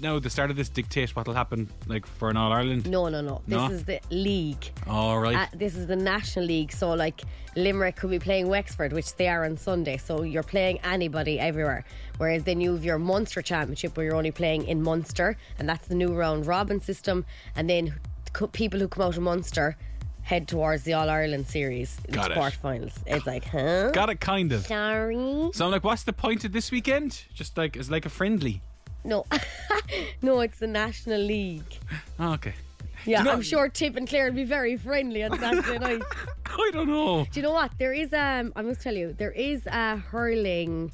No, the start of this dictates what'll happen, like for an All Ireland. No, no, no. This No? is the league. All right. Uh, this is the National League, so like Limerick could be playing Wexford, which they are on Sunday. So you're playing anybody everywhere. Whereas then you have your Munster Championship, where you're only playing in Munster, and that's the new round robin system. And then co- people who come out of Munster head towards the All Ireland series in Got the it. quarterfinals. It's like, huh? Got it, kind of. Sorry. So I'm like, what's the point of this weekend? Just like, it's like a friendly. No, no, it's the National League. Oh, okay. Yeah, You know- I'm sure Tip and Claire will be very friendly on Saturday night. I don't know. Do you know what? There is um I must tell you, there is a hurling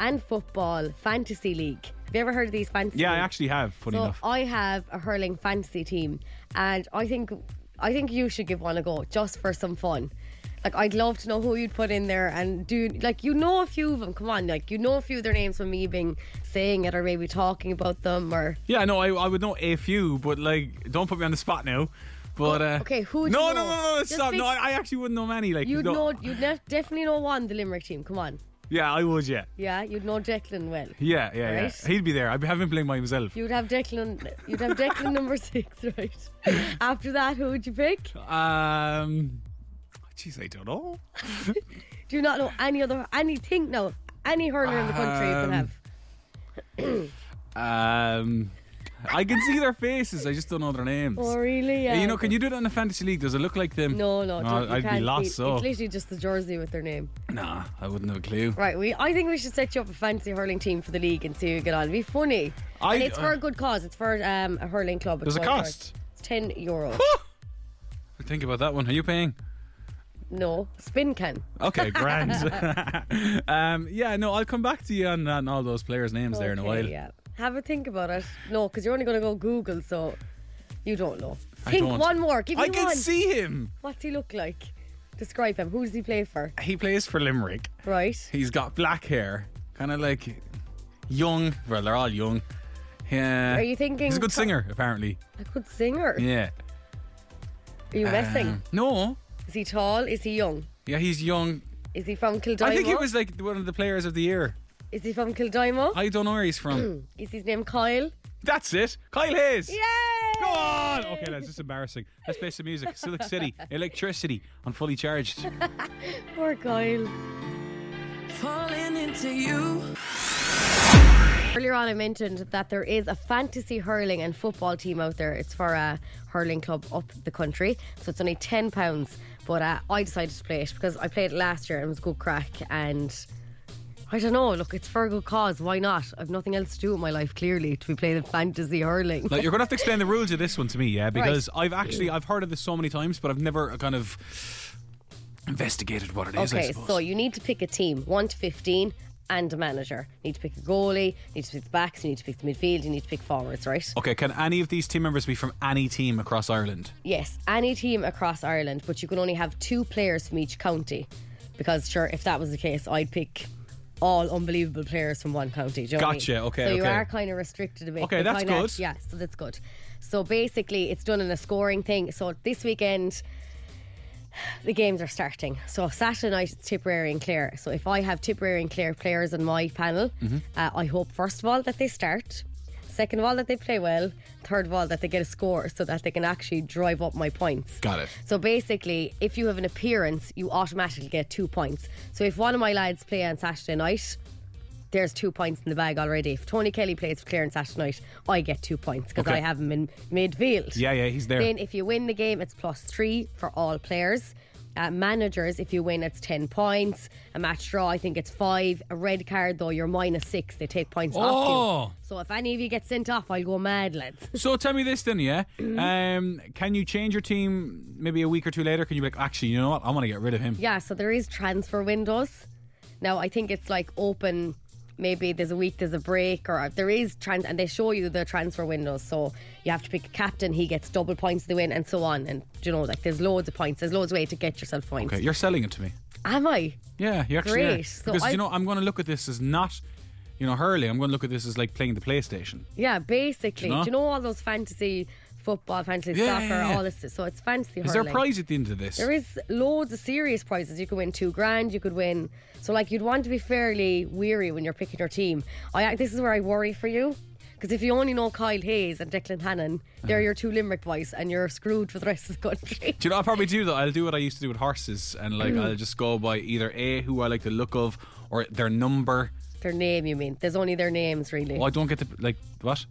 and football fantasy league. Have you ever heard of these fantasy Yeah, I leagues? actually have, funny So enough. I have a hurling fantasy team and I think I think you should give one a go just for some fun. Like I'd love to know who you'd put in there and do like you know a few of them. Come on, like you know a few of their names from me being saying it or maybe talking about them or yeah, no, I, I would know a few, but like, don't put me on the spot now. But uh, Oh, okay, who do No, you no, know? no, no, Just stop. think- No, I, I actually wouldn't know many. Like, you'd no- know you'd nef- definitely know one the Limerick team. Come on, Yeah, I would. Yeah, yeah, you'd know Declan well. yeah, yeah, Right. yeah. He'd be there. I'd be having playing by myself. You would have Declan. You'd have Declan number six, right? After that, who would you pick? Um, jeez, I don't know. Do you not know any other anything? No, any hurler in the country you can Um, have. Um, I can see their faces. I just don't know their names. Oh, really? Yeah. Hey, uh, you know, can you do that in a fantasy league? Does it look like them? No, no, don't- you I'd can't. be lost. It's So literally just the jersey with their name. nah, I wouldn't have a clue. Right, we. I think we should set you up a fancy hurling team for the league and see who you get on. It'd be funny. I- and it's for a good cause. It's for um, a hurling club. at Does it Croydon. cost? It's ten euro. Think about that one. Are you paying? no, spin can. Okay, grand. um, yeah, no, I'll come back to you on, on all those players' names there in a Okay, while. Yeah. Have a think about it. No, because you're only going to go Google, so you don't know. I think don't. one more. Give me I can one. see him. What's he look like? Describe him. Who does he play for? He plays for Limerick. Right. He's got black hair, kind of like young. Well, they're all young. Yeah. Are you thinking He's a good Tom- singer, apparently. A good singer. Yeah. Are you messing? Um, no. Is he tall? Is he young? Yeah, he's young. Is he from Kildimo? I think he was like one of the players of the year. Is he from Kildimo? I don't know where he's from. Is his name Kyle? That's it. Kyle Hayes. Yay! Go on. Okay, that's just embarrassing. Let's play some music. Silk City, electricity, on fully charged. Poor Kyle. Falling into you. Earlier on, I mentioned that there is a fantasy hurling and football team out there. It's for a hurling club up the country, so it's only ten pounds. But uh, I decided to play it because I played it last year and it was good crack. And I don't know. Look, it's for a good cause. Why not? I've nothing else to do with my life. Clearly, to be playing fantasy hurling. Like you're gonna have to explain the rules of this one to me, yeah, because I've actually I've heard of this so many times, but I've never kind of investigated what it is. I Okay, suppose. so you need to pick a team, 1 to 15, and a manager. You need to pick a goalie, you need to pick the backs, you need to pick the midfield, you need to pick forwards, right? okay, can any of these team members be from any team across Ireland? Yes, any team across Ireland, but you can only have two players from each county. Because, sure, if that was the case, I'd pick all unbelievable players from one county. Do you know what I mean? Gotcha, okay, So you okay. are kind of restricted a bit. Okay, You that's kinda- good. Yeah, so that's good. So basically, it's done in a scoring thing. So this weekend, the games are starting. So Saturday night it's Tipperary and Clare. So if I have Tipperary and Clare players on my panel, Mm-hmm. uh, I hope first of all that they start, second of all that they play well, third of all that they get a score so that they can actually drive up my points. Got it. So basically, if you have an appearance, you automatically get two points. So if one of my lads play on Saturday night. There's two points in the bag already. If Tony Kelly plays for Clare on Saturday night, I get two points because Okay. I have him in midfield. Yeah, yeah, he's there. Then if you win the game, it's plus three for all players. Uh, managers, if you win, it's 10 points. A match draw, I think it's five. A red card, though, you're minus six. They take points off Oh. you. So if any of you get sent off, I'll go mad, lads. So tell me this then, yeah. Mm-hmm. Um, can you change your team maybe a week or two later? Can you be like, actually, you know what? I want to get rid of him. Yeah, so there is transfer windows. Now, I think it's like open. Maybe there's a week, there's a break, or uh, there is trans, and they show you the transfer windows. So you have to pick a captain, he gets double points to win, and so on. And you know, like there's loads of points, there's loads of way to get yourself points. Okay, you're selling it to me. Am I? Yeah, you actually Great. are. So because I- you know I'm going to look at this as not, you know, hurling. I'm going to look at this as like playing the PlayStation. Yeah, basically. Do Do you know, you know? all those fantasy football, fantasy Yeah, soccer, yeah, yeah. all this? So it's fantasy Is there hurling. a prize at the end of this? There is loads of serious prizes. You could win two grand. You could win. So like, you'd want to be fairly weary when you're picking your team. I this is where I worry for you. Because if you only know Kyle Hayes and Declan Hannon, Uh-huh. they're your two Limerick boys, and you're screwed for the rest of the country. Do you know what I'll probably do though? I'll do what I used to do with horses and Mm-hmm. like I'll just go by either A, who I like the look of, or their number. their name, you mean? There's only their names, really. Oh, I don't get the like what?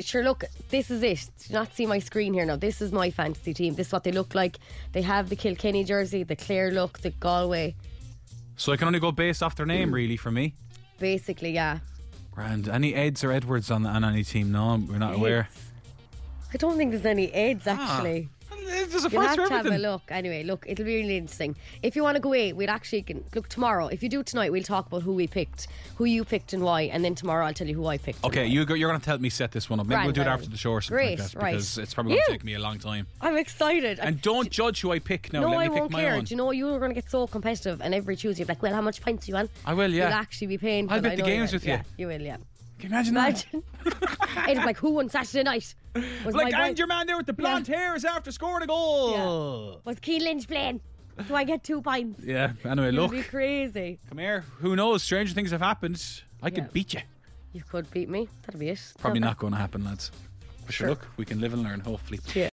Sure, look, this is it. Do you not see my screen here now. This is my fantasy team. This is what they look like. They have the Kilkenny jersey, the Clare look, the Galway. So I can only go based off their Mm. name really for me. Basically, yeah. And any Eds or Edwards on, on any team? No, we're not aware. I don't think there's any AIDS actually. Ah, there's a You'll first have for to have a everything. look. Anyway, look, it'll be really interesting. If you want to go away, we'll actually can, look tomorrow. If you do tonight, we'll talk about who we picked, who you picked, and why. And then tomorrow, I'll tell you who I picked. and Okay, why. you go, you're going to help me set this one up. Maybe we'll Grand do it round. after the show or something Great, like that right. because it's probably going to Ew. take me a long time. I'm excited. I- And don't judge who I pick now. no, Let me I pick won't my care. own. Do you know you were going to get so competitive? And every Tuesday, you're like, "Well, how much points you on?" I will, yeah. You'll actually be paying. I'll for it. bet I the know games will. with you. Yeah, you will, yeah. Can you imagine, Imagine. It's like, who won Saturday night? Was that? Like, my boy- and your man there with the blonde hair is after scoring a goal. was Keane Lynch playing? Do I get two points? Yeah, anyway, It'll look. be crazy. Come here. Who knows? Stranger things have happened. I could Yeah. beat you. You could beat me. That'd be it. Probably Okay. not going to happen, lads. But sure. look, we can live and learn, hopefully.